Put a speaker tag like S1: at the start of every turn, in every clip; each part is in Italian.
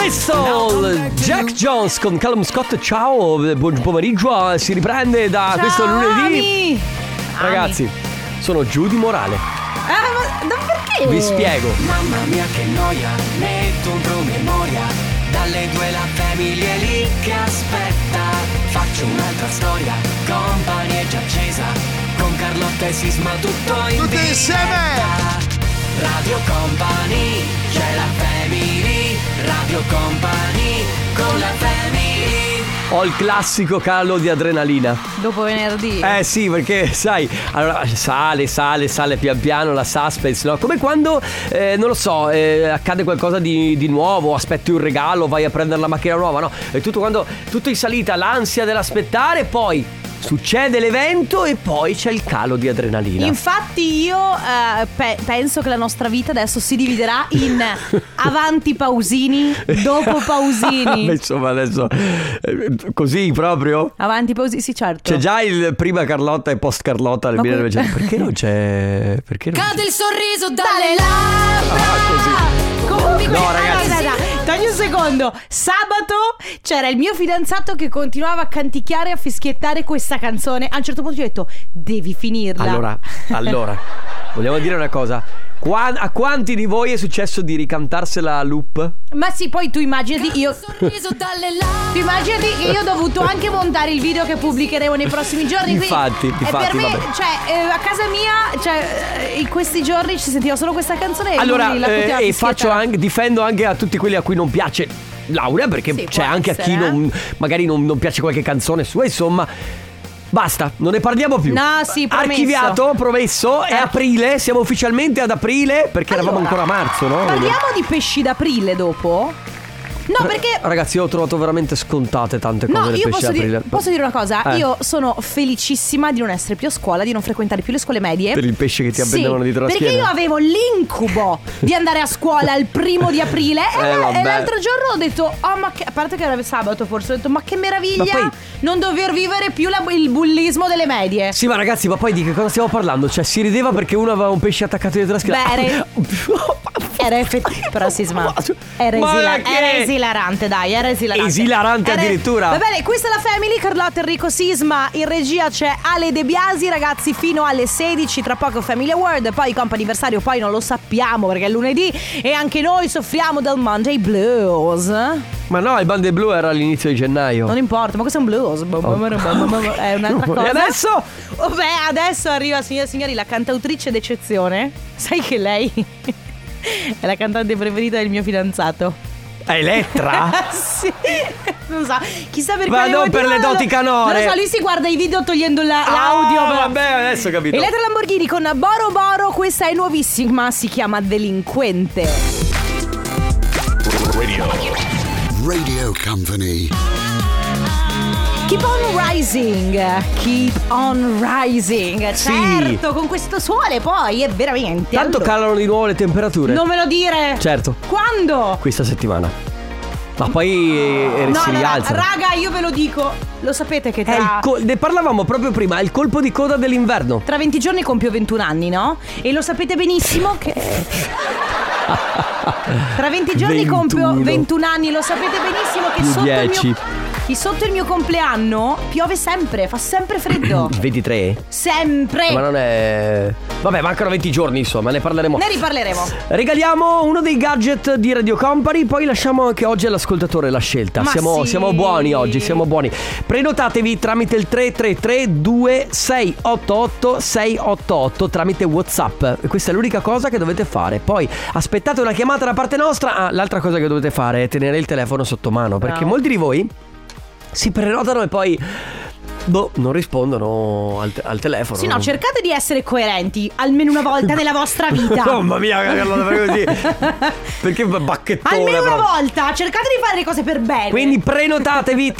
S1: Crystal, Jack Jones con Callum Scott, ciao, buon pomeriggio, si riprende da questo lunedì.
S2: Ami.
S1: Ragazzi, sono giù di morale,
S2: Ah, ma, ma perché?
S1: vi spiego.
S3: Oh. Mamma mia che noia, metto un promemoria. Dalle due la famiglia è lì che aspetta. Faccio un'altra storia, company è già accesa. Con Carlotta e Sisma tutto in
S4: Tutti
S3: diretta.
S4: insieme!
S3: Radio Company, c'è la family. Radio Company, con la family.
S1: Ho il classico calo di adrenalina.
S2: Dopo venerdì.
S1: Eh sì, perché sai, allora sale, sale, sale pian piano la suspense, no? Come quando, eh, non lo so, eh, accade qualcosa di, di nuovo, aspetti un regalo, vai a prendere la macchina nuova, no? È tutto quando, tutto in salita, l'ansia dell'aspettare, poi succede l'evento e poi c'è il calo di adrenalina.
S2: Infatti io eh, pe- penso che la nostra vita adesso si dividerà in avanti Pausini, dopo Pausini.
S1: Insomma, adesso, eh, così proprio?
S2: Avanti Pausini, sì certo.
S1: C'è già il prima Carlotta e post Carlotta del
S2: Ma que-
S1: 1900. Perché non c'è... Perché non c'è?
S5: Cade il sorriso dalle labbra.
S2: Comunque,
S1: Ah, No,
S2: ah,
S1: ragazzi.
S2: dai, dai, dai, togli un secondo. Sabato c'era il mio fidanzato che continuava a canticchiare e a fischiettare questa canzone. A un certo punto gli ho detto: Devi finirla.
S1: Allora, allora, vogliamo dire una cosa. Qua- a quanti di voi è successo di ricantarsela a loop?
S2: Ma sì, poi tu immaginati, io.
S5: Sorriso dalle labbra.
S2: Tu immaginati che io ho dovuto anche montare il video che pubblicheremo nei prossimi giorni. quindi-
S1: Infatti,
S2: e
S1: infatti,
S2: per me,
S1: vabbè.
S2: cioè, eh, a casa mia, cioè, eh, in questi giorni ci sentivo solo questa canzone. E
S1: Allora,
S2: lui la
S1: eh,
S2: poteva
S1: e faccio
S2: fischiettare.
S1: anche, difendo anche a tutti quelli a cui non piace Laura, perché
S2: Sì,
S1: c'è
S2: può
S1: anche a chi
S2: essere, eh.
S1: non, magari non, non piace qualche canzone sua, insomma. Basta, non ne parliamo più.
S2: No, sì, promesso.
S1: Archiviato, promesso, è
S2: Eh.
S1: aprile, siamo ufficialmente ad aprile, perché eravamo ancora
S2: Allora,
S1: a marzo, no?
S2: Parliamo di pesci d'aprile dopo?
S1: Eh.
S2: No, perché
S1: Ragazzi, io ho trovato veramente scontate tante cose
S2: No,
S1: del
S2: io
S1: pesce
S2: posso,
S1: d'aprile.
S2: dire, posso dire una cosa,
S1: Eh.
S2: io sono felicissima di non essere più a scuola, di non frequentare più le scuole medie.
S1: Per il pesce che ti appendevano
S2: sì,
S1: dietro la
S2: perché
S1: schiena.
S2: io avevo l'incubo di andare a scuola il primo di aprile e,
S1: Eh,
S2: la- e
S1: vabbè.
S2: l'altro giorno ho detto, oh ma che, a parte che era sabato forse, ho detto ma che meraviglia
S1: Ma poi-
S2: non dover vivere più la- il bullismo delle medie.
S1: Sì, ma ragazzi, ma poi di che cosa stiamo parlando? Cioè, si rideva perché uno aveva un pesce attaccato dietro la schiena.
S2: Bere. Era effettivamente però si sma- era,
S1: Ma
S2: esila-
S1: che-
S2: era esilarante, dai, era esilarante.
S1: Esilarante
S2: Era-
S1: addirittura?
S2: Va bene, questa è la Family, Carlotta Enrico Sisma, in regia c'è Ale De Biasi, ragazzi, fino alle 16, tra poco Family Award, poi compa anniversario, poi non lo sappiamo perché è lunedì e anche noi soffriamo del Monday Blues. Non
S1: Ma no, il Bande Blu era all'inizio di gennaio.
S2: importa, ma questo è un blues. boh, È un'altra cosa.
S1: E adesso?
S2: Vabbè, Oh, adesso arriva, signore e signori, la cantautrice d'eccezione. Sai che lei è la cantante preferita del mio fidanzato.
S1: È Elettra?
S2: sì, non so, chissà per
S1: Ah. Ma
S2: quale
S1: non
S2: motivo,
S1: per le
S2: non lo-
S1: doti canore.
S2: Non lo so, lui si guarda i video togliendo la-
S1: Ah,
S2: l'audio. però-
S1: vabbè, adesso ho capito.
S2: Elettra Lamborghini con Boro Boro, questa è nuovissima, si chiama Delinquente.
S6: Radio Company.
S2: Keep on rising, keep on rising.
S1: Sì.
S2: Certo, con questo suole poi è veramente.
S1: Tanto eh.
S2: allora.
S1: calano di nuovo le temperature.
S2: Non me lo dire.
S1: Certo,
S2: Quando?
S1: questa settimana. Ma poi eh,
S2: No,
S1: si
S2: no, no,
S1: rialza.
S2: raga, io ve lo dico. Lo sapete che
S1: È il
S2: tra,
S1: col- ne parlavamo proprio prima, è il colpo di coda dell'inverno.
S2: tra 20 giorni compio 21 anni, no? E lo sapete benissimo che. tra 20 giorni
S1: 21.
S2: compio 21 anni, lo sapete benissimo che
S1: Più
S2: sotto il
S1: 10.
S2: mio. che sotto il mio compleanno piove sempre, fa sempre freddo.
S1: 23?
S2: sempre!
S1: Ma non è... Vabbè, mancano 20 giorni, insomma, ne parleremo.
S2: Ne riparleremo.
S1: Regaliamo uno dei gadget di Radio Company, poi lasciamo anche oggi all'ascoltatore la scelta.
S2: Ma
S1: Siamo,
S2: sì.
S1: siamo buoni oggi, siamo buoni. Prenotatevi tramite il 333 2688 688 tramite Whatsapp. Questa è l'unica cosa che dovete fare. Poi aspettate una chiamata da parte nostra. Ah, l'altra cosa che dovete fare è tenere il telefono sotto mano, perché
S2: Bravo.
S1: molti di voi si prenotano e poi... Boh, non rispondono al, al telefono.
S2: Sì, no,
S1: Non-
S2: cercate di essere coerenti almeno una volta nella vostra vita.
S1: Mamma mia, che Carlotta, fai così. Perché bacchettone
S2: Almeno una
S1: proprio.
S2: volta, cercate di fare le cose per bene.
S1: Quindi prenotatevi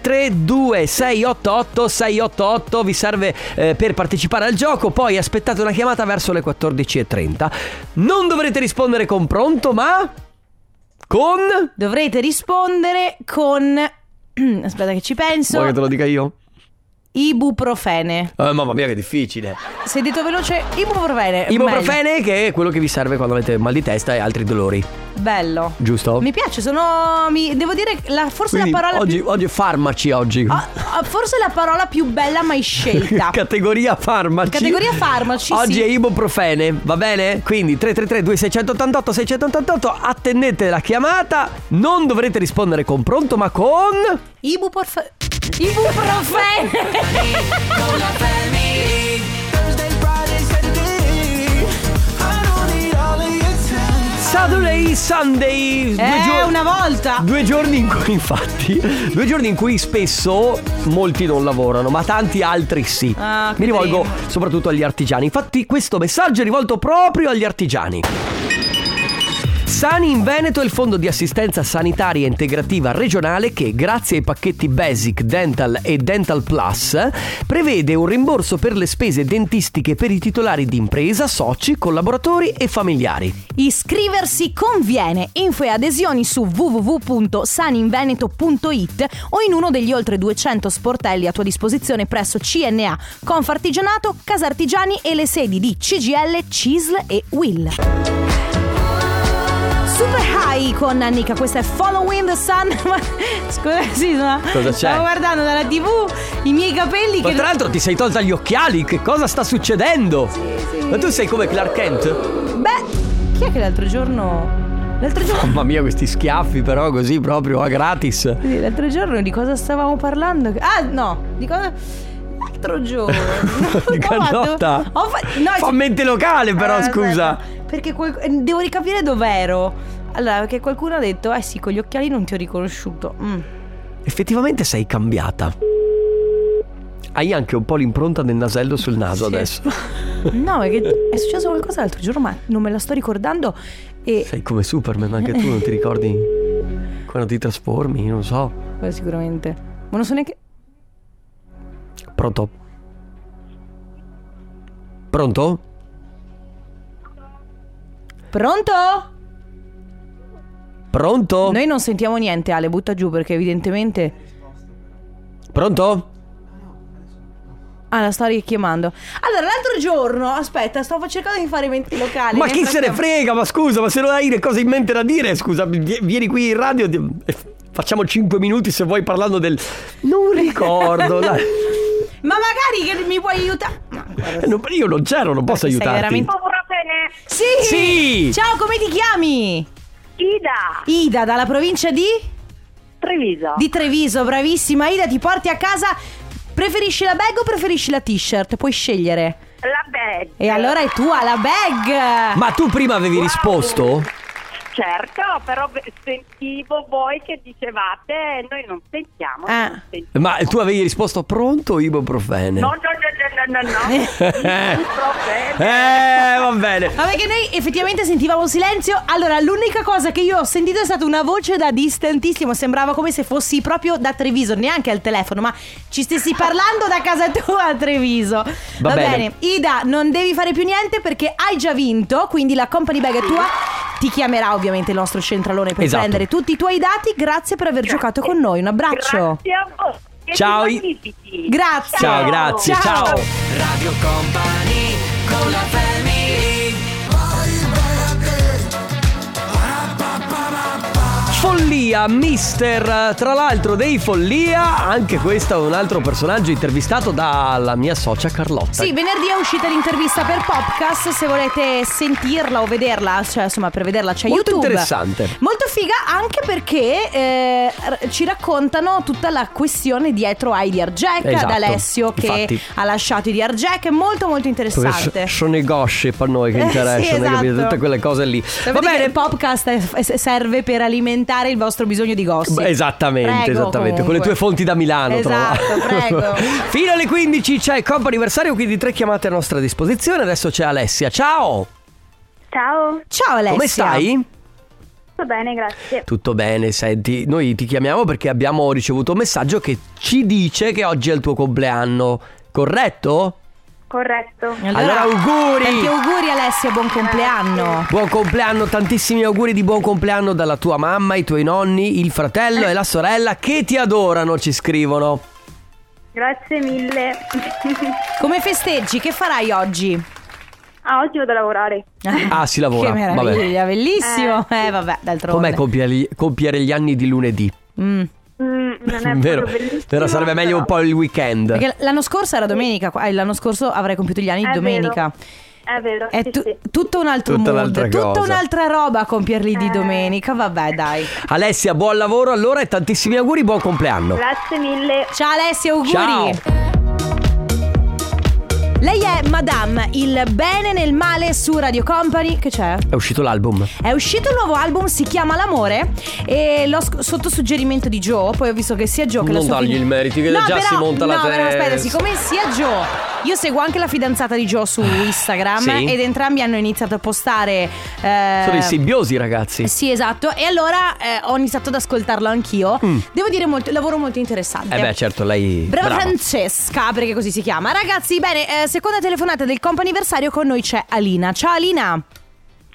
S1: 3332 688 688 vi serve eh, per partecipare al gioco, poi aspettate una chiamata verso le 14.30. Non dovrete rispondere con pronto, ma con...
S2: Dovrete rispondere con. Aspetta, che ci penso.
S1: Vuoi che te lo dica io?
S2: ibuprofene.
S1: Eh, mamma mia, che difficile.
S2: Se detto veloce, ibuprofene. meglio.
S1: Ibuprofene, che è quello che vi serve quando avete mal di testa e altri dolori,
S2: Bello.
S1: giusto?
S2: Mi piace, sono. mi- devo dire, la- forse
S1: Quindi,
S2: la parola
S1: oggi,
S2: più.
S1: oggi è farmaci oggi.
S2: Ah, ah, forse la parola più bella mai scelta.
S1: Categoria farmaci.
S2: Categoria farmaci,
S1: Oggi
S2: sì.
S1: è ibuprofene, va bene? Quindi 333 2688 688 attendete la chiamata, non dovrete rispondere con pronto ma con
S2: Ibuprof- Ibuprofene.
S1: Saturday Sunday. Due,
S2: Eh,
S1: giorni-
S2: una volta.
S1: due giorni in cui infatti, due giorni in cui spesso molti non lavorano, ma tanti altri sì.
S2: Ah, che
S1: Mi rivolgo
S2: triste.
S1: soprattutto agli artigiani. Infatti questo messaggio è rivolto proprio agli artigiani. Sani in Veneto è il fondo di assistenza sanitaria integrativa regionale che, grazie ai pacchetti Basic, Dental e Dental Plus, prevede un rimborso per le spese dentistiche per i titolari di impresa, soci, collaboratori e familiari.
S2: Iscriversi conviene. Info e adesioni su www.saninveneto.it o in uno degli oltre 200 sportelli a tua disposizione presso CNA, Confartigianato, Casartigiani e le sedi di CGL, CISL e WILL. Super high con Annika, questa è Following the Sun. Ma- Scusa, sì, ma
S1: Cosa c'è?
S2: Stavo guardando dalla TV i miei capelli
S1: Ma
S2: che
S1: tra l'altro ti sei tolta gli occhiali, che cosa sta succedendo? Ma tu sei come Clark Kent?
S2: Beh, chi è che l'altro giorno L'altro giorno
S1: Mamma mia, questi schiaffi però così proprio a gratis.
S2: Sì, L'altro giorno di cosa stavamo parlando? Ah, no, di cosa. L'altro giorno.
S1: Di
S2: Ho fatto-
S1: Carlotta.
S2: ho fa- no,
S1: Fa
S2: sì-
S1: mente locale però,
S2: Ah,
S1: scusa.
S2: aspetta, Perché qual- eh, devo ricapire dov'ero. Allora, perché qualcuno ha detto, eh sì, con gli occhiali non ti ho riconosciuto. Mm.
S1: Effettivamente sei cambiata. Hai anche un po' l'impronta del nasello sul naso
S2: Sì.
S1: adesso.
S2: No, perché è successo qualcosa l'altro giorno, ma non me la sto ricordando. E.
S1: Sei come Superman, anche tu non ti ricordi quando ti trasformi, non so.
S2: Beh, sicuramente. Ma non so neanche.
S1: Pronto? Pronto?
S2: Pronto?
S1: Pronto?
S2: Noi non sentiamo niente, Ale, butta giù perché evidentemente.
S1: Pronto?
S2: Ah, la sto richiamando. Allora, l'altro giorno, aspetta, stavo cercando di fare i venti locali.
S1: Ma
S2: nel
S1: chi se ne
S2: frattempo.
S1: frega? Ma scusa, ma se non hai le cose in mente da dire, scusa, vi- vieni qui in radio di- e f- facciamo 5 minuti se vuoi parlando del... Non ricordo, dai.
S2: Ma magari che mi puoi aiutare?
S1: Eh, non- io non c'ero, non posso
S2: Perché sei
S1: aiutarti.
S2: veramente-
S4: Ibuprofene,
S2: Sì!
S1: Sì!
S2: Ciao, come ti chiami?
S4: Ida,
S2: Ida, dalla provincia di?
S4: Treviso.
S2: Di Treviso, bravissima. Ida, ti porti a casa. Preferisci la bag o preferisci la t-shirt? Puoi scegliere.
S4: La bag.
S2: E allora è tua la bag!
S1: Ma tu prima avevi risposto?
S4: Certo, però ve- sentivo voi che dicevate noi non sentiamo.
S2: Ah.
S4: non sentiamo.
S1: Ma tu avevi risposto pronto ibuprofene?
S4: No, no, no, no, no, no, no. Ibuprofene.
S1: eh, va bene.
S2: Vabbè che noi effettivamente sentivamo un silenzio Allora l'unica cosa che io ho sentito è stata una voce da distantissimo Sembrava come se fossi proprio da Treviso Neanche al telefono ma ci stessi parlando da casa tua a Treviso Va,
S1: bene.
S2: Ida non devi fare più niente perché hai già vinto Quindi la company bag è tua Ti chiamerà ovviamente il nostro centralone per
S1: Esatto.
S2: prendere tutti i tuoi dati Grazie per aver giocato con noi Un abbraccio
S4: Grazie a voi. Siete
S1: Ciao, I-
S4: magnifici.
S2: Grazie
S1: Ciao, grazie, ciao.
S3: Radio Company con la family
S1: Follia, mister, tra l'altro dei Follia, anche questo è un altro personaggio intervistato dalla mia socia Carlotta.
S2: Sì, venerdì è uscita l'intervista per podcast. Se volete sentirla o vederla, cioè insomma per vederla c'è
S1: Molto
S2: YouTube.
S1: interessante.
S2: Molto figa anche perché eh, r- ci raccontano tutta la questione dietro ai DRJack,
S1: Esatto,
S2: ad Alessio che
S1: infatti.
S2: ha lasciato i DRJack. È molto molto interessante.
S1: Perché sono i gossip a noi che
S2: Eh,
S1: interessano,
S2: sì,
S1: hai capito?
S2: esatto.
S1: Tutte quelle cose lì.
S2: Sapete
S1: Va
S2: che
S1: bene.
S2: il podcast è- è- serve per alimentare il vostro bisogno di gossip.
S1: Beh, Esattamente,
S2: Prego,
S1: esattamente. Con le
S2: comunque.
S1: tue fonti da Milano, tra
S2: Esatto,
S1: l'altro.
S2: prego.
S1: Fino alle 15 c'è il comp anniversario, quindi tre chiamate a nostra disposizione. Adesso c'è Alessia. Ciao!
S7: Ciao,
S2: Ciao Alessia.
S1: Come stai?
S7: tutto bene, grazie.
S1: Tutto bene, senti, noi ti chiamiamo perché abbiamo ricevuto un messaggio che ci dice che oggi è il tuo compleanno, corretto?
S7: Corretto.
S1: Allora, auguri!
S2: Tanti auguri Alessia, buon compleanno.
S1: Buon compleanno, tantissimi auguri di buon compleanno dalla tua mamma, i tuoi nonni, il fratello e la sorella che ti adorano, ci scrivono.
S7: Grazie mille.
S2: Come festeggi? Che farai oggi?
S7: ah, oggi vado a lavorare.
S1: Ah, si lavora.
S2: Che
S1: Vabbè.
S2: meraviglia, bellissimo. Eh, vabbè, d'altronde.
S1: Com'è compiere, compiere gli anni di lunedì?
S2: Mm.
S7: Mm, non è
S1: Vero,
S7: proprio bellissimo.
S1: Però sarebbe meglio un po' il weekend.
S2: Perché l'anno scorso era domenica, qua- eh, l'anno scorso avrei compiuto gli anni di
S7: È
S2: domenica.
S7: vero, è vero,
S2: È
S7: sì,
S2: tu-
S7: sì.
S2: tutto un altro
S1: Tutta
S2: mood,
S1: un'altra
S2: tutta
S1: cosa.
S2: un'altra roba compierli
S7: Eh.
S2: di domenica. Vabbè, dai.
S1: Alessia, buon lavoro allora e tantissimi auguri, buon compleanno.
S7: Grazie mille.
S2: Ciao Alessia, auguri.
S1: Ciao.
S2: Lei è Madame, il bene nel male su Radio Company. Che c'è?
S1: È uscito l'album.
S2: È uscito un nuovo album, si chiama L'amore. E l'ho sc- sotto suggerimento di Joe. Poi ho visto che sia Joe che la
S1: Non
S2: sua
S1: dargli
S2: figli-
S1: il merito, che
S2: no,
S1: già
S2: però-
S1: si monta la
S2: no, però aspetta,
S1: testa.
S2: siccome sia Joe. Io seguo anche la fidanzata di Joe su Instagram.
S1: Ah, Sì.
S2: Ed entrambi hanno iniziato a postare. eh,
S1: Sono i simbiosi, ragazzi.
S2: sì, esatto. E allora eh, ho iniziato ad ascoltarlo anch'io. Devo dire, molto, lavoro molto interessante.
S1: Mm. Eh beh, certo, lei.
S2: Brava,
S1: brava.
S2: Francesca, perché così si chiama. Ragazzi, bene, eh, seconda telefonata del comp'anniversario con noi c'è Alina. Ciao Alina.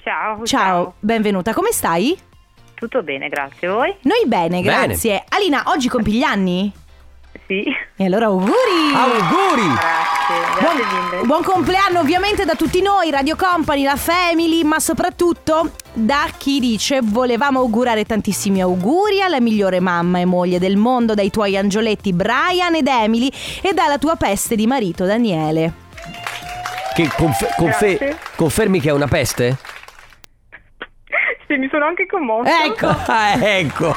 S4: Ciao,
S2: Ciao, benvenuta. Come stai?
S4: tutto bene, grazie. Voi?
S2: Noi bene,
S1: Bene.
S2: grazie. Alina, oggi compi gli anni?
S4: Sì,
S2: E allora auguri.
S1: Auguri!
S4: grazie,
S2: Buon, buon compleanno ovviamente da tutti noi, Radio Company, la Family, ma soprattutto da chi dice volevamo augurare tantissimi auguri alla migliore mamma e moglie del mondo, dai tuoi angioletti Brian ed Emily e dalla tua peste di marito Daniele.
S1: Che conf- confe-
S7: Grazie.
S1: confermi che è una peste?
S7: Sì, mi sono anche commossa.
S2: Ecco.
S1: Ah, ecco.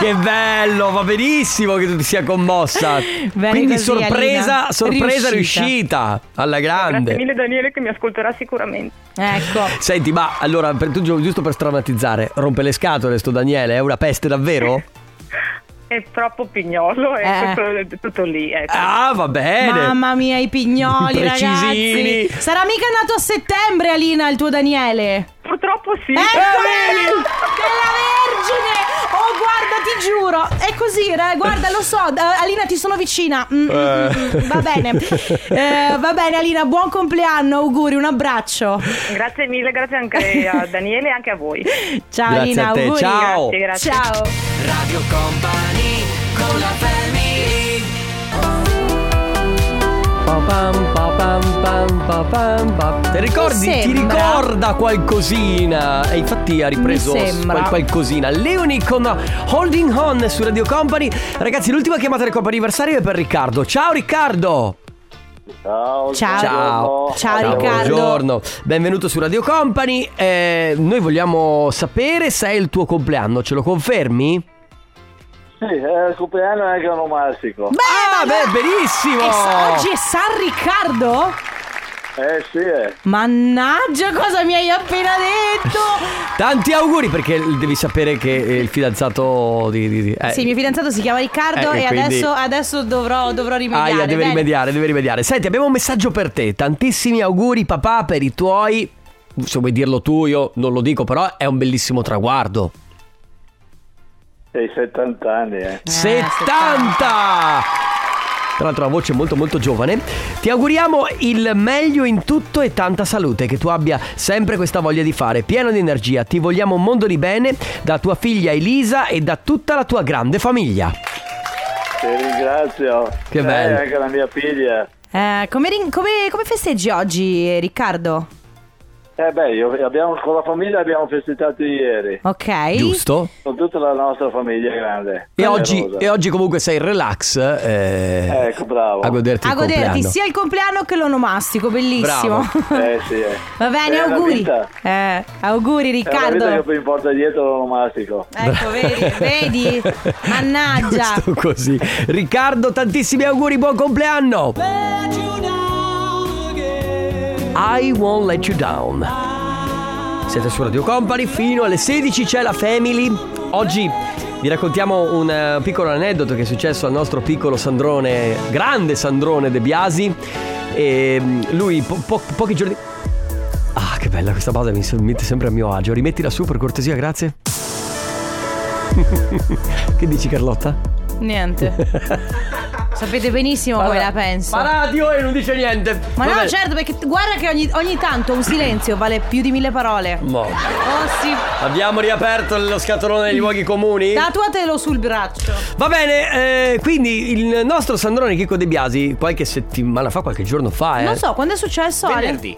S1: che bello, va benissimo che tu ti sia commossa.
S2: Bene
S1: Quindi
S2: così,
S1: sorpresa,
S2: Alina.
S1: sorpresa riuscita.
S2: Riuscita.
S1: alla grande.
S7: Daniele che mi ascolterà sicuramente.
S2: Ecco.
S1: Senti, ma allora, per, tu, giusto per strammatizzare, rompe le scatole sto Daniele, è una peste davvero?
S7: È troppo pignolo,
S2: Eh.
S7: tutto, lì. ecco.
S1: Ah, va bene.
S2: Mamma mia, i pignoli,
S1: Precisini.
S2: ragazzi. Sarà mica nato a settembre, Alina, il tuo Daniele.
S7: Purtroppo
S1: Eh,
S7: sì.
S2: Eccomi! Eh, Della Vergine! Oh, guarda, ti giuro. È così, ra- guarda, lo so. eh, Alina, ti sono vicina. Mm, mm, mm, mm, Va bene. Eh, va bene, Alina, buon compleanno, auguri, un abbraccio.
S7: Grazie mille, grazie anche a Daniele e anche a voi.
S2: Ciao,
S1: Grazie
S2: Alina,
S1: a te,
S2: auguri.
S1: ciao. Grazie,
S7: grazie.
S2: Ciao.
S3: Radio Company con la family
S1: Pa pam, pa pam, pam, pa pam, pa- Ti ricordi?
S2: Mi
S1: Ti
S2: sembra.
S1: ricorda qualcosina? E infatti ha ripreso
S2: Mi sembra.
S1: qual- qualcosina. Leoni con Holding On su Radio Company. Ragazzi, l'ultima chiamata del corpo anniversario è per Riccardo. Ciao Riccardo!
S8: Ciao,
S2: Ciao.
S1: Ciao,
S2: Ciao, Riccardo.
S1: Buongiorno, benvenuto su Radio Company. Eh, noi vogliamo sapere se è il tuo compleanno, ce lo confermi?
S8: Sì, eh, il compleanno è anche onomastico.
S1: ah, beh, benissimo!
S2: E sa- oggi è San Riccardo?
S8: Eh sì, eh.
S2: Mannaggia, cosa mi hai appena detto?
S1: Tanti auguri perché devi sapere che eh, il fidanzato di... di- di- eh,
S2: Sì, il mio fidanzato si chiama Riccardo
S1: Eh,
S2: e
S1: quindi-
S2: adesso, adesso dovrò, dovrò rimediare.
S1: Aia, ah, deve
S2: bene?
S1: rimediare, deve rimediare. Senti, abbiamo un messaggio per te. Tantissimi auguri, papà, per i tuoi. Se vuoi dirlo tu, io non lo dico, però è un bellissimo traguardo.
S8: Sei 70 anni, eh.
S1: 70!
S2: 70.
S1: Tra l'altro la voce è molto molto giovane. Ti auguriamo il meglio in tutto e tanta salute, che tu abbia sempre questa voglia di fare, pieno di energia. Ti vogliamo un mondo di bene da tua figlia Elisa e da tutta la tua grande famiglia.
S8: Ti ringrazio.
S1: Che
S8: Eh,
S1: bello.
S8: anche la mia figlia.
S2: Eh, come, rin- come- come festeggi oggi, eh, Riccardo?
S8: Eh beh, io- abbiamo, con la famiglia abbiamo festeggiato ieri.
S2: Ok.
S1: Giusto?
S8: Con tutta la nostra famiglia grande.
S1: E
S8: Numerosa.
S1: oggi, e oggi comunque sei in relax. eh,
S8: Ecco, bravo.
S1: A goderti
S2: A
S1: il
S2: goderti
S1: compleanno.
S2: sia il compleanno che l'onomastico, bellissimo.
S8: Eh sì, eh.
S2: Va bene,
S8: È una
S2: auguri.
S8: vita.
S2: Eh, auguri
S8: È una vita che
S2: Riccardo.
S8: poi mi porta dietro l'onomastico.
S2: Ecco, vedi, vedi? Mannaggia.
S1: Giusto così. Riccardo, tantissimi auguri, buon compleanno. I won't let you down. Siete su Radio Company, fino alle 16 c'è la Family. Oggi vi raccontiamo un eh, piccolo aneddoto che è successo al nostro piccolo Sandrone, grande Sandrone De Biasi. E mm, lui po- po- pochi giorni... Ah, che bella questa base, mi se- mette sempre a mio agio. Rimettila su per cortesia, grazie. che dici Carlotta?
S2: Niente. Sapete benissimo come la penso.
S1: Ma radio e non dice niente. Va
S2: Ma no, cioè-
S1: bene.
S2: certo, perché t- guarda che ogni, ogni tanto un silenzio vale più di mille parole.
S1: Mo.
S2: Oh sì.
S1: Abbiamo riaperto lo scatolone dei luoghi comuni?
S2: Tatuatelo sul braccio.
S1: Va bene, eh, quindi il nostro Sandrone Chicco De Biasi qualche settimana fa, qualche giorno fa, eh,
S2: Non so, quando è successo? Ale?
S9: Venerdì,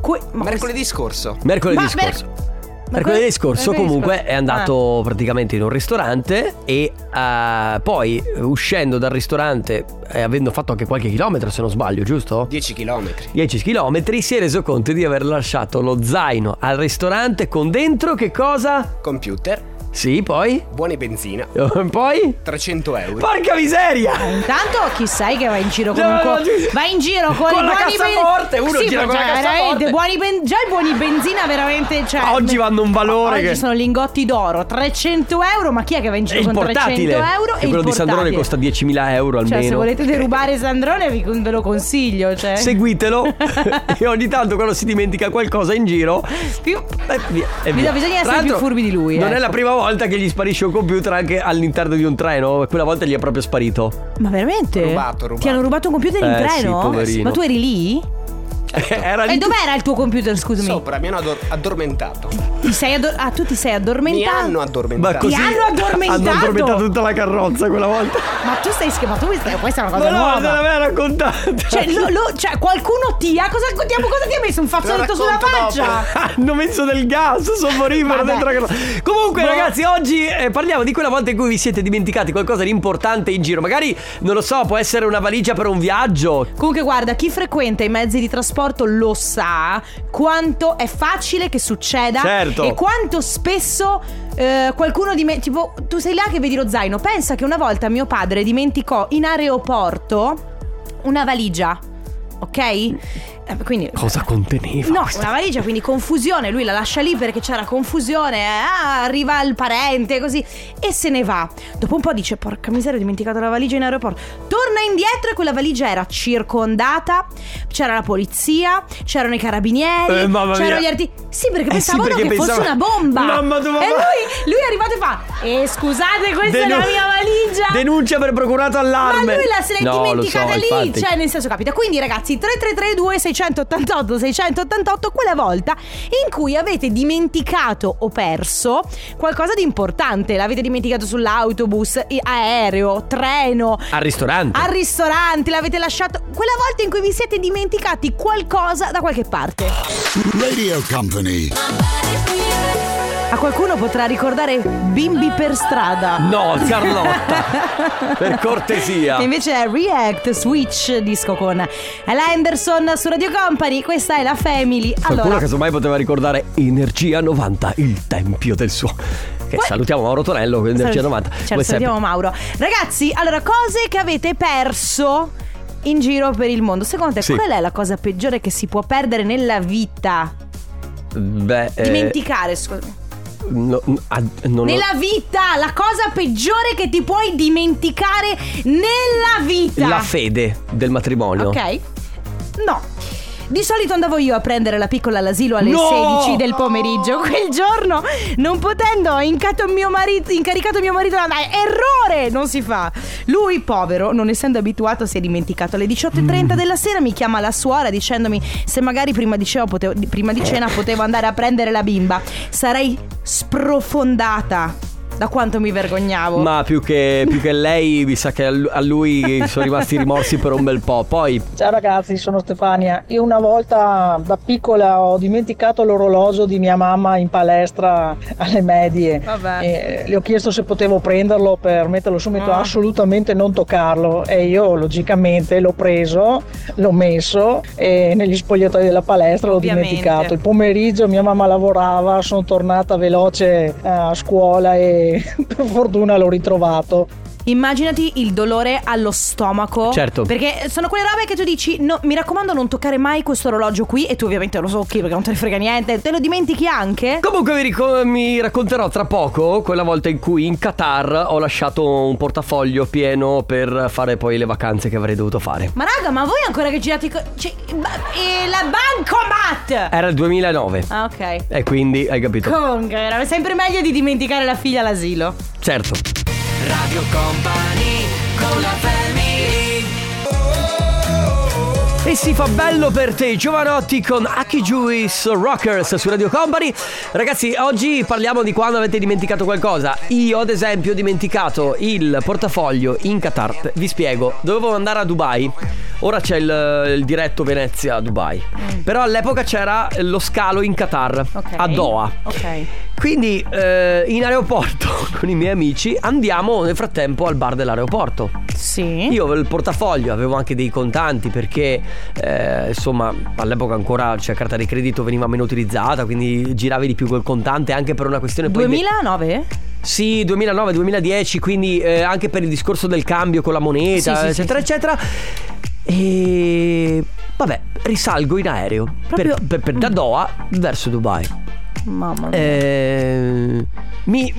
S2: Que- ma-
S9: mercoledì scorso.
S1: mercoledì
S2: Ma- eh,
S1: scorso.
S2: mer-
S1: Mercoledì scorso
S2: mercoledì
S1: comunque
S2: scorso. Ah.
S1: è andato praticamente in un ristorante e eh, poi eh, uscendo dal ristorante e avendo fatto anche qualche chilometro se non sbaglio, giusto?
S9: 10 km.
S1: 10 km si è reso conto di aver lasciato lo zaino al ristorante con dentro che cosa?
S9: Computer,
S1: Sì, poi? Eh,
S9: buone benzina,
S1: poi?
S9: 300 euro.
S1: Porca miseria!
S2: Ah. Intanto chi sai che va in giro
S1: No, no,
S2: comunque
S1: no,
S2: Va in giro con,
S1: con
S2: i
S1: la
S2: buoni
S1: cassaforte, uno
S2: sì,
S1: gira
S2: ma
S1: con la
S2: cioè,
S1: cassaforte.
S2: veramente, buoni ben- Già i buoni benzina veramente cioè,
S1: Ah, oggi vanno un valore
S2: Oggi
S1: che-
S2: sono lingotti d'oro 300 euro Ma chi è che va in
S1: È
S2: giro
S1: il
S2: con 300
S1: portatile.
S2: euro
S1: E quello di Sandrone costa 10.000 euro almeno.
S2: Cioè se volete derubare Sandrone vi- Ve lo consiglio cioè.
S1: Seguitelo. e ogni tanto quando si dimentica qualcosa in giro.
S2: Più-
S1: eh, via, e via.
S2: Bisogna essere
S1: Tra
S2: più
S1: l'altro,
S2: furbi di lui,
S1: Non
S2: eh.
S1: è la prima volta che gli sparisce un computer anche all'interno di un treno. Quella volta gli è proprio sparito.
S2: Ma veramente?
S9: Rubato, rubato.
S2: Ti hanno rubato un computer in
S1: Eh, sì,
S2: treno?
S1: poverino.
S2: Ma tu eri lì?
S1: Era lì.
S2: Certo. E dov'era il tuo computer scusami?
S9: Sopra mi hanno addor- addormentato.
S2: Ti sei addor- ah tu ti sei
S9: Mi
S2: addormentato?
S9: hanno
S1: Ma
S9: addormentato.
S1: così
S2: hanno addormentato?
S1: Hanno addormentato tutta la carrozza quella volta.
S2: Ma tu stai scherzo, questa è una
S1: Ma
S2: cosa
S1: no,
S2: nuova.
S1: te l'aveva raccontata.
S2: Cioè, lo- lo- cioè, qualcuno ti ha. Cosa, contiamo- cosa ti ha messo? Un fazzoletto
S9: Lo
S2: sulla
S9: racconto
S2: faccia?
S1: Hanno messo del gas, sonnifero
S2: Vabbè.
S1: dentro la carrozza. Comunque,
S2: Boh.
S1: ragazzi, oggi eh, parliamo di quella volta in cui vi siete dimenticati qualcosa di importante in giro. Magari, non lo so, può essere una valigia per un viaggio.
S2: Comunque, guarda, chi frequenta i mezzi di trasporto lo sa quanto è facile che succeda.
S1: Certo.
S2: E quanto spesso eh, qualcuno di me. Tipo, tu sei là che vedi lo zaino. Pensa che una volta mio padre dimenticò in aeroporto una valigia. Ok? Eh, Quindi.
S1: Cosa conteneva?
S2: No, una valigia, quindi confusione. Lui la lascia lì perché c'era confusione. eh, ah, arriva il parente, così. E se ne va. Dopo un po' dice: Porca miseria, ho dimenticato la valigia in aeroporto. Torna indietro e quella valigia era circondata. C'era la polizia, c'erano i carabinieri,
S1: Eh, mamma mia.
S2: c'erano
S1: Eh,
S2: gli arti. Sì, perché
S1: sì,
S2: pensavano
S1: perché
S2: che fosse una
S1: pensava-
S2: bomba.
S1: Mamma tua mamma.
S2: E lui, lui è arrivato e fa: eh, Scusate, questa è la
S1: Denu-
S2: mia valigia.
S1: Denuncia per procurato allarme.
S2: Ma lui la se l'è
S1: No, lo
S2: dimenticata
S1: so,
S2: lì.
S1: infatti.
S2: Cioè, nel senso, capita. Quindi, ragazzi, 3332 688 688, quella volta in cui avete dimenticato o perso qualcosa di importante. L'avete dimenticato sull'autobus, i- aereo, treno.
S1: Al ristorante.
S2: Al ristorante l'avete lasciato. Quella volta in cui vi siete dimenticati qualcosa da qualche parte.
S6: Radio Company.
S2: A qualcuno potrà ricordare bimbi per strada.
S1: No, Carlotta. per cortesia.
S2: Che invece è React Switch disco con Ella Henderson su Radio Company. Questa è la Family.
S1: Qualcuno
S2: Allora,
S1: casomai poteva ricordare Energia 90, il tempio del suo. Che
S2: Poi-
S1: salutiamo Mauro Tonello con Energia 90.
S2: Certo,
S1: come sempre.
S2: salutiamo Mauro. Ragazzi, allora, cose che avete perso in giro per il mondo. Secondo te,
S1: Sì.
S2: qual è la cosa peggiore che si può perdere nella vita?
S1: Beh, eh,
S2: Dimenticare, scusami.
S1: no, n- ah, non lo-
S2: Nella vita, la cosa peggiore che ti puoi dimenticare nella vita.
S1: La fede del matrimonio.
S2: Ok? No. Di solito andavo io a prendere la piccola all'asilo alle
S1: No!
S2: 16 del pomeriggio. Quel giorno, non potendo, ho incato mio marito- incaricato mio marito. da andare. Errore! Non si fa. Lui, povero, non essendo abituato, si è dimenticato. Alle
S1: Mm.
S2: 18.30 della sera mi chiama la suora dicendomi se magari prima di, cena potevo- di- prima di cena potevo andare a prendere la bimba. Sarei sprofondata da quanto mi vergognavo.
S1: Ma più che, più che lei, mi sa che a lu- a lui sono rimasti i rimorsi per un bel po'. Poi,
S10: Ciao ragazzi, sono Stefania. Io una volta da piccola ho dimenticato l'orologio di mia mamma in palestra alle medie.
S2: Vabbè.
S10: E le ho chiesto se potevo prenderlo per metterlo su, mi ha detto
S2: Ah.
S10: assolutamente non toccarlo. E io logicamente l'ho preso, l'ho messo e negli spogliatoi della palestra l'ho
S2: Ovviamente.
S10: dimenticato. Il pomeriggio mia mamma lavorava, sono tornata veloce eh, a scuola e per fortuna l'ho ritrovato.
S2: Immaginati il dolore allo stomaco.
S1: Certo.
S2: Perché sono quelle robe che tu dici: no, mi raccomando, non toccare mai questo orologio qui. E tu, ovviamente, lo so, ok, perché non te ne frega niente. Te lo dimentichi anche?
S1: Comunque vi rico- mi racconterò tra poco quella volta in cui in Qatar ho lasciato un portafoglio pieno per fare poi le vacanze che avrei dovuto fare.
S2: ma raga, ma voi ancora che girate. i co- cioè, ba- eh, la bancomat!
S1: Era il 2009
S2: Ah, ok.
S1: e quindi hai capito.
S2: Comunque, era sempre meglio di dimenticare la figlia all'asilo.
S1: certo.
S3: Radio Company con la family
S1: E si fa bello per te, Giovanotti, con Aki Juice Rockers su Radio Company. Ragazzi, oggi parliamo di quando avete dimenticato qualcosa. Io, ad esempio, ho dimenticato il portafoglio in Qatar. Vi spiego, dovevo andare a Dubai. Ora c'è il, il diretto Venezia-Dubai. Però all'epoca c'era lo scalo in Qatar,
S2: Mm. Ok.
S1: a Doha.
S2: Ok.
S1: Quindi eh, in aeroporto con i miei amici andiamo nel frattempo al bar dell'aeroporto.
S2: Sì.
S1: Io avevo il portafoglio, avevo anche dei contanti perché eh, insomma all'epoca ancora cioè, carta di credito veniva meno utilizzata, quindi giravi di più col contante anche per una questione poi de-
S2: 2009?
S1: sì, 2009-2010, quindi eh, anche per il discorso del cambio con la moneta,
S2: Sì, sì, sì,
S1: eccetera,
S2: sì.
S1: eccetera. E vabbè, risalgo in aereo per-
S2: Proprio-
S1: per- per- da Doha verso Dubai.
S2: Mamma mia.
S1: Eh, mi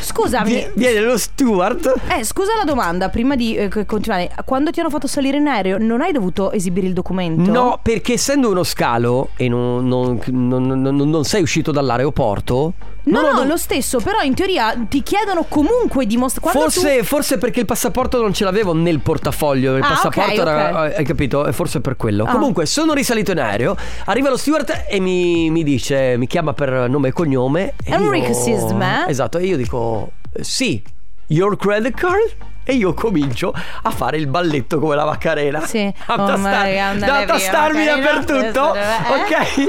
S2: Scusami.
S1: vie- viene lo steward.
S2: Eh, scusa la domanda, prima di eh, co- continuare, quando ti hanno fatto salire in aereo non hai dovuto esibire il documento?
S1: No, perché essendo uno scalo e non, non- non- non- non- non sei uscito dall'aeroporto.
S2: No,
S1: non ho
S2: no,
S1: dov-
S2: lo stesso, però in teoria ti chiedono comunque di mostrare...
S1: Forse, forse perché il passaporto non ce l'avevo nel portafoglio. Il
S2: Ah,
S1: passaporto
S2: ok,
S1: era. eh,
S2: ok.
S1: Hai capito? E Forse per quello.
S2: Ah.
S1: Comunque, sono risalito in aereo. Arriva lo steward e mi, mi dice, mi chiama per nome e cognome. e
S2: È un
S1: io-
S2: racism, eh?
S1: Esatto, e io dico: eh, Sì, your credit card? E io comincio a fare il balletto come la vaccarena.
S2: Sì.
S1: A
S2: Oh,
S1: tastar-
S2: Maria, andare
S1: da
S2: via,
S1: tastarmi
S2: Macarena.
S1: dappertutto.
S2: Eh?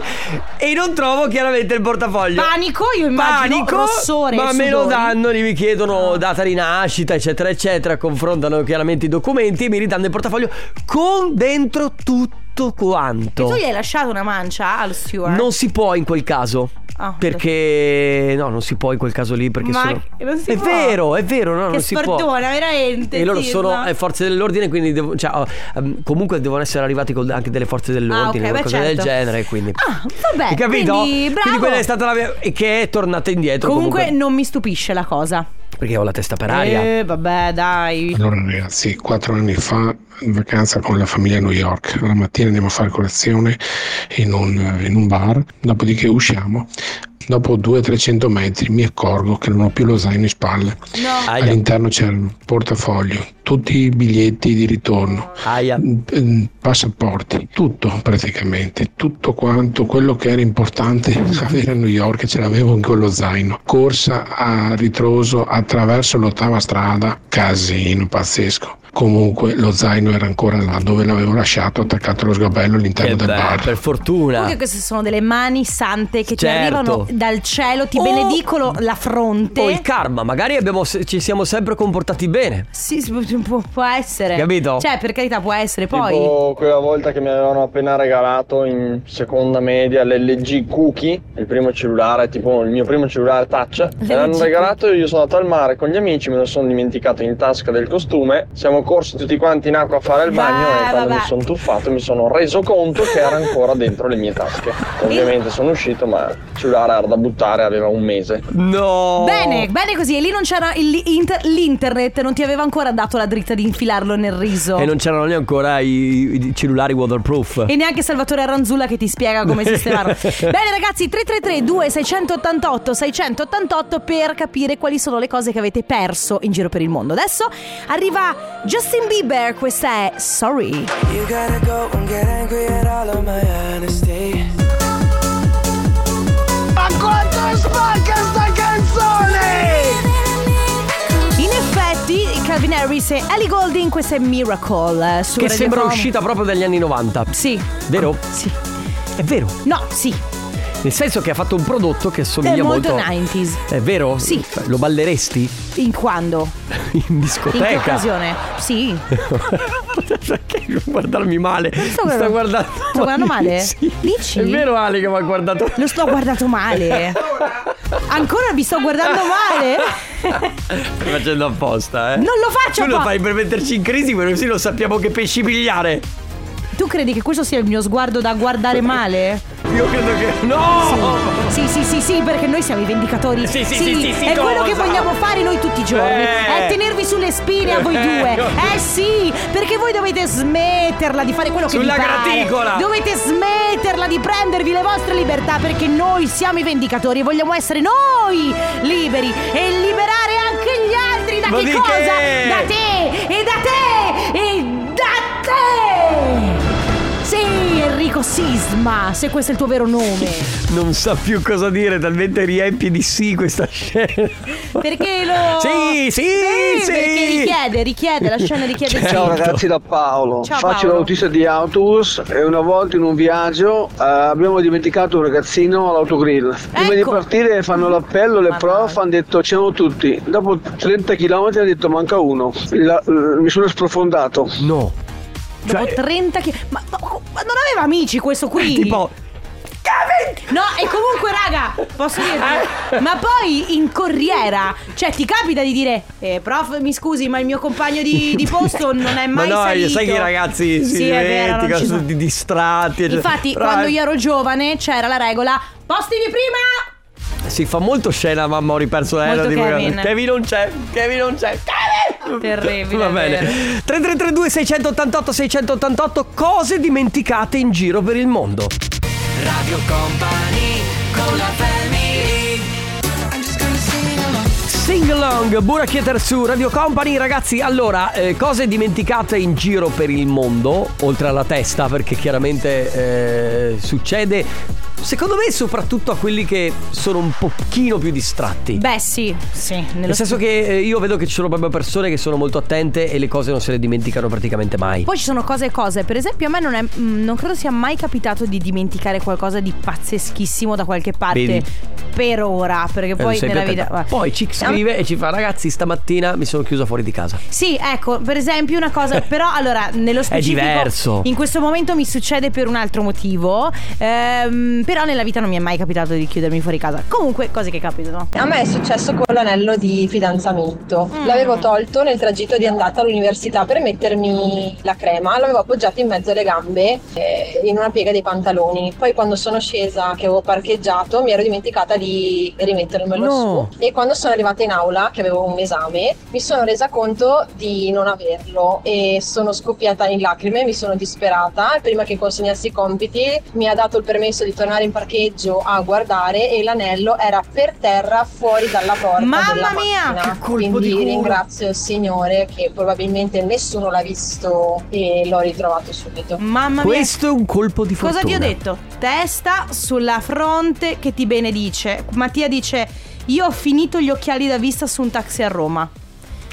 S1: Ok. E non trovo chiaramente il portafoglio.
S2: Panico, io immagino,
S1: Panico.
S2: rossore,
S1: ma me lo
S2: sudori.
S1: danno hanno, mi chiedono data di nascita, eccetera, eccetera, confrontano chiaramente i documenti e mi ridanno il portafoglio con dentro tutto
S2: Tu
S1: quanto.
S2: gli hai lasciato una mancia al steward?
S1: Non si può in quel caso.
S2: Ah,
S1: perché no, non si può in quel caso lì perché
S2: Ma
S1: sono...
S2: che- non si
S1: È
S2: può.
S1: vero, è vero, no,
S2: Che
S1: non si può.
S2: sfortuna, veramente,
S1: E loro
S2: sì,
S1: sono
S2: ma-
S1: eh, forze dell'ordine, quindi devo- cioè, oh, ehm, comunque devono essere arrivati col- anche delle forze dell'ordine,
S2: Ah, ok, beh,
S1: qualcosa del
S2: certo.
S1: genere, quindi.
S2: Ah, vabbè,
S1: Hai capito?
S2: quindi, bravo.
S1: quella è stata la mia e che è tornata indietro
S2: Comunque,
S1: comunque,
S2: non mi stupisce la cosa.
S1: perché ho la testa per aria.
S2: Eh, vabbè, dai.
S11: Allora ragazzi, quattro anni fa in vacanza con la famiglia a New York, la mattina andiamo a fare colazione in un, in un bar, dopodiché usciamo, dopo 200-300 metri mi accorgo che non ho più lo zaino in spalle,
S1: Aia.
S11: all'interno c'era il portafoglio, tutti i biglietti di ritorno,
S1: Aia.
S11: Mm, passaporti, tutto praticamente, tutto quanto quello che era importante avere a New York ce l'avevo in quello zaino. Corsa a ritroso attraverso l'ottava strada, casino pazzesco. Comunque lo zaino era ancora là dove l'avevo lasciato attaccato allo sgabello all'interno
S1: Che
S11: del
S1: bello,
S11: bar.
S1: per fortuna.
S2: Comunque queste sono delle mani sante che ti
S1: Certo.
S2: arrivano dal cielo, ti
S1: Oh.
S2: benedicono la fronte.
S1: O il karma, magari abbiamo- ci siamo sempre comportati bene.
S2: Sì, sì, può, può essere.
S1: Capito?
S2: Cioè, per carità, può essere. Poi.
S12: Tipo quella volta che mi avevano appena regalato in seconda media l'LG Cookie, il primo cellulare, tipo il mio primo cellulare touch. Me l'hanno regalato io sono andato al mare con gli amici, me lo sono dimenticato in tasca del costume. Siamo corsi tutti quanti in acqua a fare il bagno
S2: Beh,
S12: e quando
S2: vabbè.
S12: mi sono tuffato mi sono reso conto che era ancora dentro le mie tasche. Ovviamente sono uscito, ma il cellulare era da buttare, aveva un mese.
S1: No.
S2: Bene, bene così. E lì non c'era il- inter- l'internet, non ti aveva ancora dato la dritta di infilarlo nel riso.
S1: E non c'erano neanche ancora i, i cellulari waterproof.
S2: E neanche Salvatore Aranzulla che ti spiega come sistemarlo. Bene ragazzi, 333-2688-688 per capire quali sono le cose che avete perso in giro per il mondo. Adesso arriva Justin Bieber, questa è Sorry.
S13: You gotta go and get angry at all of my honesty.
S3: Ma quanto è sporca sta canzone!
S2: In effetti, Calvin Harris e Ellie Golding, questa è Miracle. eh, Su
S1: Che
S2: Radio
S1: sembra
S2: Com.
S1: uscita proprio dagli anni 90.
S2: Sì.
S1: Vero?
S2: Sì.
S1: È vero.
S2: No, sì.
S1: Nel senso che ha fatto un prodotto che
S2: È
S1: somiglia
S2: molto
S1: molto.
S2: 90s.
S1: È vero?
S2: Sì.
S1: Lo balleresti?
S2: In quando?
S1: In
S2: In che
S1: discoteca.
S2: occasione? Sì.
S1: Perché non guardarmi male?
S2: so
S1: Mi
S2: che-
S1: sta guardando.
S2: Sto guardando male?
S1: Sì.
S2: Dici?
S1: È vero Ale che mi ha guardato.
S2: Lo sto guardato male. Ancora vi sto guardando male?
S1: Stai facendo apposta, eh?
S2: Non lo faccio
S1: Tu lo
S2: apposta.
S1: fai per metterci in crisi, ma così non sappiamo che pesci pigliare.
S2: Tu credi che questo sia il mio sguardo da guardare male?
S1: Io credo che. No!
S2: Sì, sì, sì, sì, perché noi siamo i vendicatori.
S1: Sì, sì, sì, sì, sì,
S2: è quello
S1: cosa?
S2: che vogliamo fare noi tutti i giorni.
S1: Eh.
S2: È tenervi sulle spine a voi
S1: Eh,
S2: due.
S1: io-
S2: Eh sì, perché voi dovete smetterla di fare quello che
S1: Sulla
S2: vi pare.
S1: graticola.
S2: Dovete smetterla di prendervi le vostre libertà perché noi siamo i vendicatori e vogliamo essere noi liberi e liberare anche gli altri da
S1: Ma
S2: che
S1: di
S2: cosa?
S1: che?
S2: Da te e da te e da te. Sisma, se questo è il tuo vero nome.
S1: Non sa più cosa dire, talmente riempie di sì questa scena.
S2: Perché lo.
S1: Sì, sì,
S2: Sì, Perché
S1: sì. Certo.
S2: richiede, richiede, la scena
S1: Cioè,
S2: richiede il
S14: Ciao
S2: sì.
S14: Cioè, ragazzi da Paolo,
S2: Ciao,
S14: faccio
S2: Paolo.
S14: l'autista di autobus e una volta in un viaggio eh, abbiamo dimenticato un ragazzino all'autogrill. Prima
S2: Ecco.
S14: di partire fanno l'appello, le prof hanno detto c'erano tutti, dopo 30 km hanno detto manca uno, La- l- mi sono sprofondato.
S1: No. Cioè,
S2: Dopo
S1: eh.
S2: 30 chi- ma, ma- ma non aveva amici questo qui? Tipo. No, e comunque, raga, posso
S1: Eh.
S2: dirti. ma poi in corriera, cioè, ti capita di dire, eh, prof, mi scusi, ma il mio compagno di, di posto non è
S1: Ma
S2: mai
S1: no, eh,
S2: salito.
S1: sai che i ragazzi si
S2: Sì, è vero, non
S1: dimenticano,
S2: ci
S1: sono
S2: sono.
S1: di- eh. distratti. eccetera.
S2: Infatti,
S1: Tra-
S2: quando io ero giovane c'era la regola posti di prima.
S1: Si fa molto scena, mamma, ho riperso l'aereo
S2: Molto
S1: di
S2: Kevin.
S1: Kevin non c'è, Kevin non c'è. Kevin!
S2: Terribile,
S1: Va
S2: è
S1: bene.
S2: vero.
S1: 3332 688 688 cose dimenticate in giro per il mondo.
S3: Radio Company con la family
S1: Sing along, Burakieter su Radio Company, ragazzi. Allora, eh, cose dimenticate in giro per il mondo, oltre alla testa, perché chiaramente eh, succede. Secondo me, soprattutto a quelli che sono un pochino più distratti.
S2: Beh, sì, sì. Nello
S1: Nel senso che eh, io vedo che ci sono proprio persone che sono molto attente e le cose non se le dimenticano praticamente mai.
S2: Poi ci sono cose e cose, per esempio a me non, è, mm, non credo sia mai capitato di dimenticare qualcosa di pazzeschissimo da qualche parte
S1: Vedi?
S2: per ora, perché
S1: Eh,
S2: poi
S1: sei più
S2: nella vita...
S1: attenta. Poi ci scrive e ci fa ragazzi stamattina mi sono chiusa fuori di casa.
S2: Sì, ecco, per esempio una cosa, però allora nello specifico
S1: diverso.
S2: In questo momento mi succede per un altro motivo, ehm, però nella vita non mi è mai capitato di chiudermi fuori casa. Comunque cose che capitano.
S15: A me è successo con l'anello di fidanzamento.
S2: Mm.
S15: L'avevo tolto nel tragitto di andata all'università per mettermi la crema, l'avevo appoggiato in mezzo alle gambe eh, in una piega dei pantaloni. Poi quando sono scesa che avevo parcheggiato mi ero dimenticata di rimettermelo
S16: No.
S15: su e quando sono arrivata in aula che avevo un esame mi sono resa conto di non averlo e sono scoppiata in lacrime, mi sono disperata. Prima che consegnassi i compiti mi ha dato il permesso di tornare in parcheggio a guardare e l'anello era per terra fuori dalla porta
S2: Mamma
S15: della
S2: mia,
S15: macchina.
S2: che colpo di
S15: Quindi
S2: culo.
S15: ringrazio il Signore che probabilmente nessuno l'ha visto e l'ho ritrovato subito.
S2: Mamma mia.
S1: Questo è un colpo di fortuna.
S2: Cosa ti ho detto? Testa sulla fronte che ti benedice. Mattia dice: Io ho finito gli occhiali da vista su un taxi a Roma.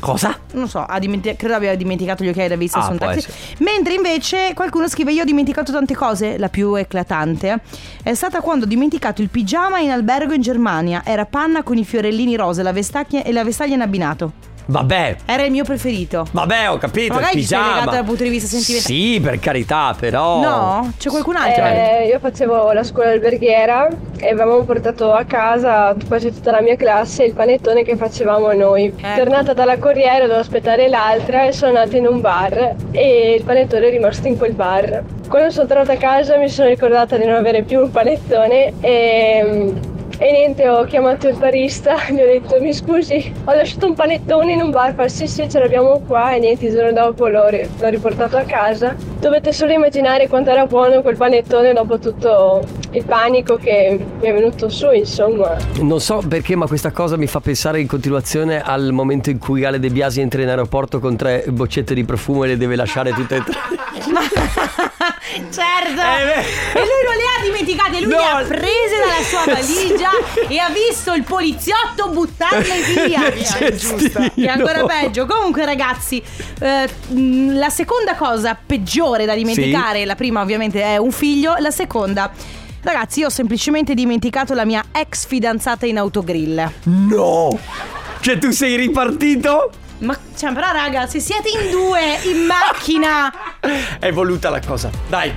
S1: Cosa?
S2: Non so, ha dimenti- credo abbia dimenticato gli occhiali da vista
S1: Ah,
S2: su un
S1: può
S2: taxi.
S1: essere.
S2: Mentre invece qualcuno scrive: Io ho dimenticato tante cose. La più eclatante è stata quando ho dimenticato il pigiama in albergo in Germania. Era panna con i fiorellini rosa la vestacchia- e la vestaglia in abbinato.
S1: Vabbè.
S2: Era il mio preferito.
S1: Vabbè, ho capito.
S2: Magari
S1: il
S2: ci sei
S1: pigiama.
S2: legato dal punto di vista sentimentale.
S1: Sì, per carità, però.
S2: No, c'è qualcun
S1: Cioè,
S2: altro.
S17: Eh, io facevo la scuola alberghiera e avevamo portato a casa quasi tutta la mia classe il panettone che facevamo noi. Tornata dalla corriera dovevo aspettare l'altra e sono andata in un bar e il panettone è rimasto in quel bar. Quando sono tornata a casa mi sono ricordata di non avere più un panettone e, e niente, ho chiamato il barista, gli ho detto mi scusi, ho lasciato un panettone in un bar, fa sì sì ce l'abbiamo qua e niente, il giorno dopo l'ho, ri- l'ho riportato a casa. Dovete solo immaginare quanto era buono quel panettone dopo tutto il panico che mi è venuto su, insomma.
S1: Non so perché, ma questa cosa mi fa pensare in continuazione al momento in cui Ale De Biasi entra in aeroporto con tre boccette di profumo e le deve lasciare tutte e tre.
S2: Certo! E lui non le ha dimenticate, lui le ha prese dalla sua valigia e ha visto il poliziotto buttarle via.
S3: Nel cestino.
S2: Che è ancora peggio. Comunque, ragazzi, eh, mh, la seconda cosa peggiore da dimenticare,
S1: Sì.
S2: la prima ovviamente è un figlio, la seconda. Ragazzi, io ho semplicemente dimenticato la mia ex fidanzata in autogrill.
S1: No! Cioè, tu sei ripartito?
S2: Ma cioè, però, raga, se siete in due in macchina.
S1: È voluta la cosa. Dai.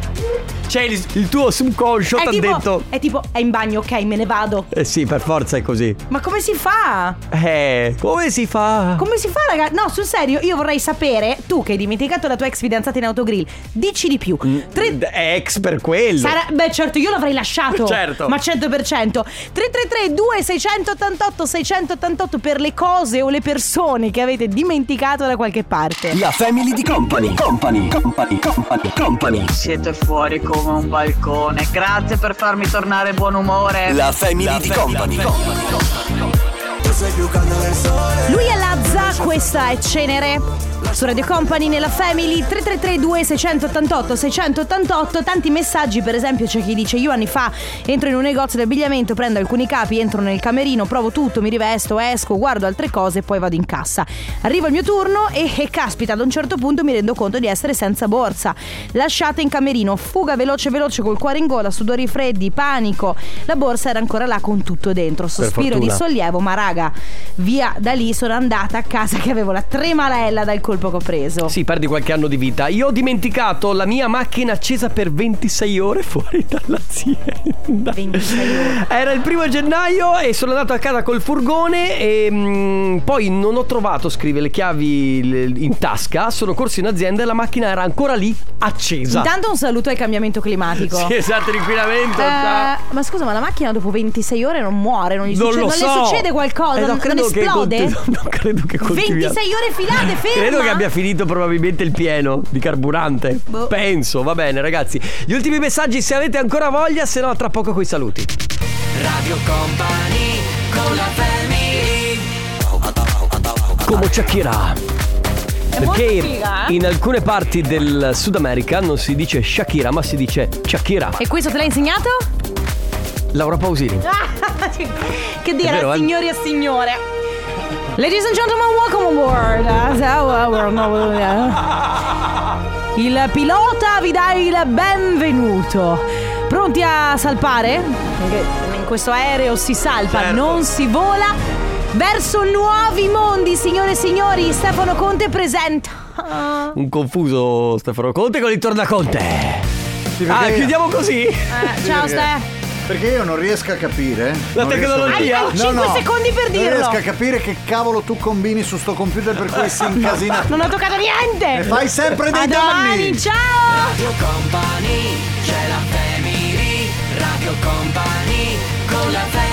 S1: C'è il, il tuo subconscio
S2: è
S1: ti ha
S2: tipo,
S1: detto.
S2: è tipo, è in bagno, ok, me ne vado.
S1: Eh sì, per forza è così.
S2: Ma come si fa?
S1: Eh, come si fa?
S2: Come si fa, raga? No, sul serio, io vorrei sapere, tu che hai dimenticato la tua ex fidanzata in autogrill, dici di più. Tre-
S1: Eh, È ex per quello.
S2: Sara- beh, certo, io l'avrei lasciato.
S1: Certo.
S2: Ma 100%. 333 2688 688 per le cose o le persone che avete dimenticato da qualche parte.
S3: La family di Company Company Company Company Company
S18: Siete fuori come un balcone. Grazie per farmi tornare buon umore.
S3: La family di Company
S18: Company.
S2: Lui è Lazza, questa è Cenere. su Radio Company nella Family 3332 688 688 tanti messaggi per esempio c'è chi dice io anni fa entro in un negozio di abbigliamento prendo alcuni capi entro nel camerino provo tutto mi rivesto esco guardo altre cose e poi vado in cassa arriva il mio turno e, e caspita ad un certo punto mi rendo conto di essere senza borsa lasciata in camerino fuga veloce veloce col cuore in gola sudori freddi panico la borsa era ancora là con tutto dentro sospiro di
S16: fortuna.
S2: sollievo ma raga via da lì sono andata a casa che avevo la tremarella dal colpo che ho preso
S1: Sì, perdi qualche anno di vita. Io ho dimenticato la mia macchina accesa per 26 ore fuori dall'azienda.
S2: 26 ore.
S1: Era il primo gennaio e sono andato a casa col furgone e mm, poi non ho trovato, scrive, le chiavi le- in tasca. Sono corso in azienda e la macchina era ancora lì accesa.
S2: Intanto un saluto al cambiamento climatico.
S1: esatto. Sì, esatto, l'inquinamento.
S2: Eh,
S1: già.
S2: ma scusa, ma la macchina dopo 26 ore non muore, non, gli
S1: Non
S2: succede,
S1: lo
S2: non
S1: so.
S2: le succede qualcosa,
S1: Eh, non
S2: non, non
S1: credo che
S2: esplode?
S1: continu- non credo che continui a-
S2: 26 ore filate, ferma!
S1: Credo che abbia finito probabilmente il pieno di carburante.
S2: Boh.
S1: Penso, va bene ragazzi. Gli ultimi messaggi se avete ancora voglia, se no tra poco coi saluti.
S3: Radio Company con la family
S1: Como Shakira. Perché
S2: figa, eh?
S1: in alcune parti del Sud America non si dice Shakira, ma si dice Shakira.
S2: E questo te l'ha insegnato?
S1: Laura Pausini.
S2: che dire,
S1: È vero, eh?
S2: signori e signore. Ladies and gentlemen, welcome aboard. Ciao, uh, our novel- Il pilota vi dà il benvenuto. Pronti a salpare? Perché in questo aereo si salpa,
S19: Certo.
S2: non si vola. Verso nuovi mondi, signore e signori, Stefano Conte presenta.
S19: Eh,
S1: Un confuso Stefano Conte con il tornaconte. Ah,
S19: perché-
S1: chiudiamo così.
S2: Eh, ciao,
S19: perché-
S2: Ste.
S19: Perché io non riesco a capire. eh.
S1: La
S19: non
S1: tecnologia?
S19: riesco a-
S1: Hai- hai cinque
S2: secondi per dirlo.
S19: Non riesco a capire che cavolo tu combini su sto computer per cui si incasina. tutto.
S2: Non ho toccato niente!
S19: E fai sempre dei
S2: A domani,
S19: danni.
S2: ciao!
S3: Radio Company c'è la family Radio Company con la family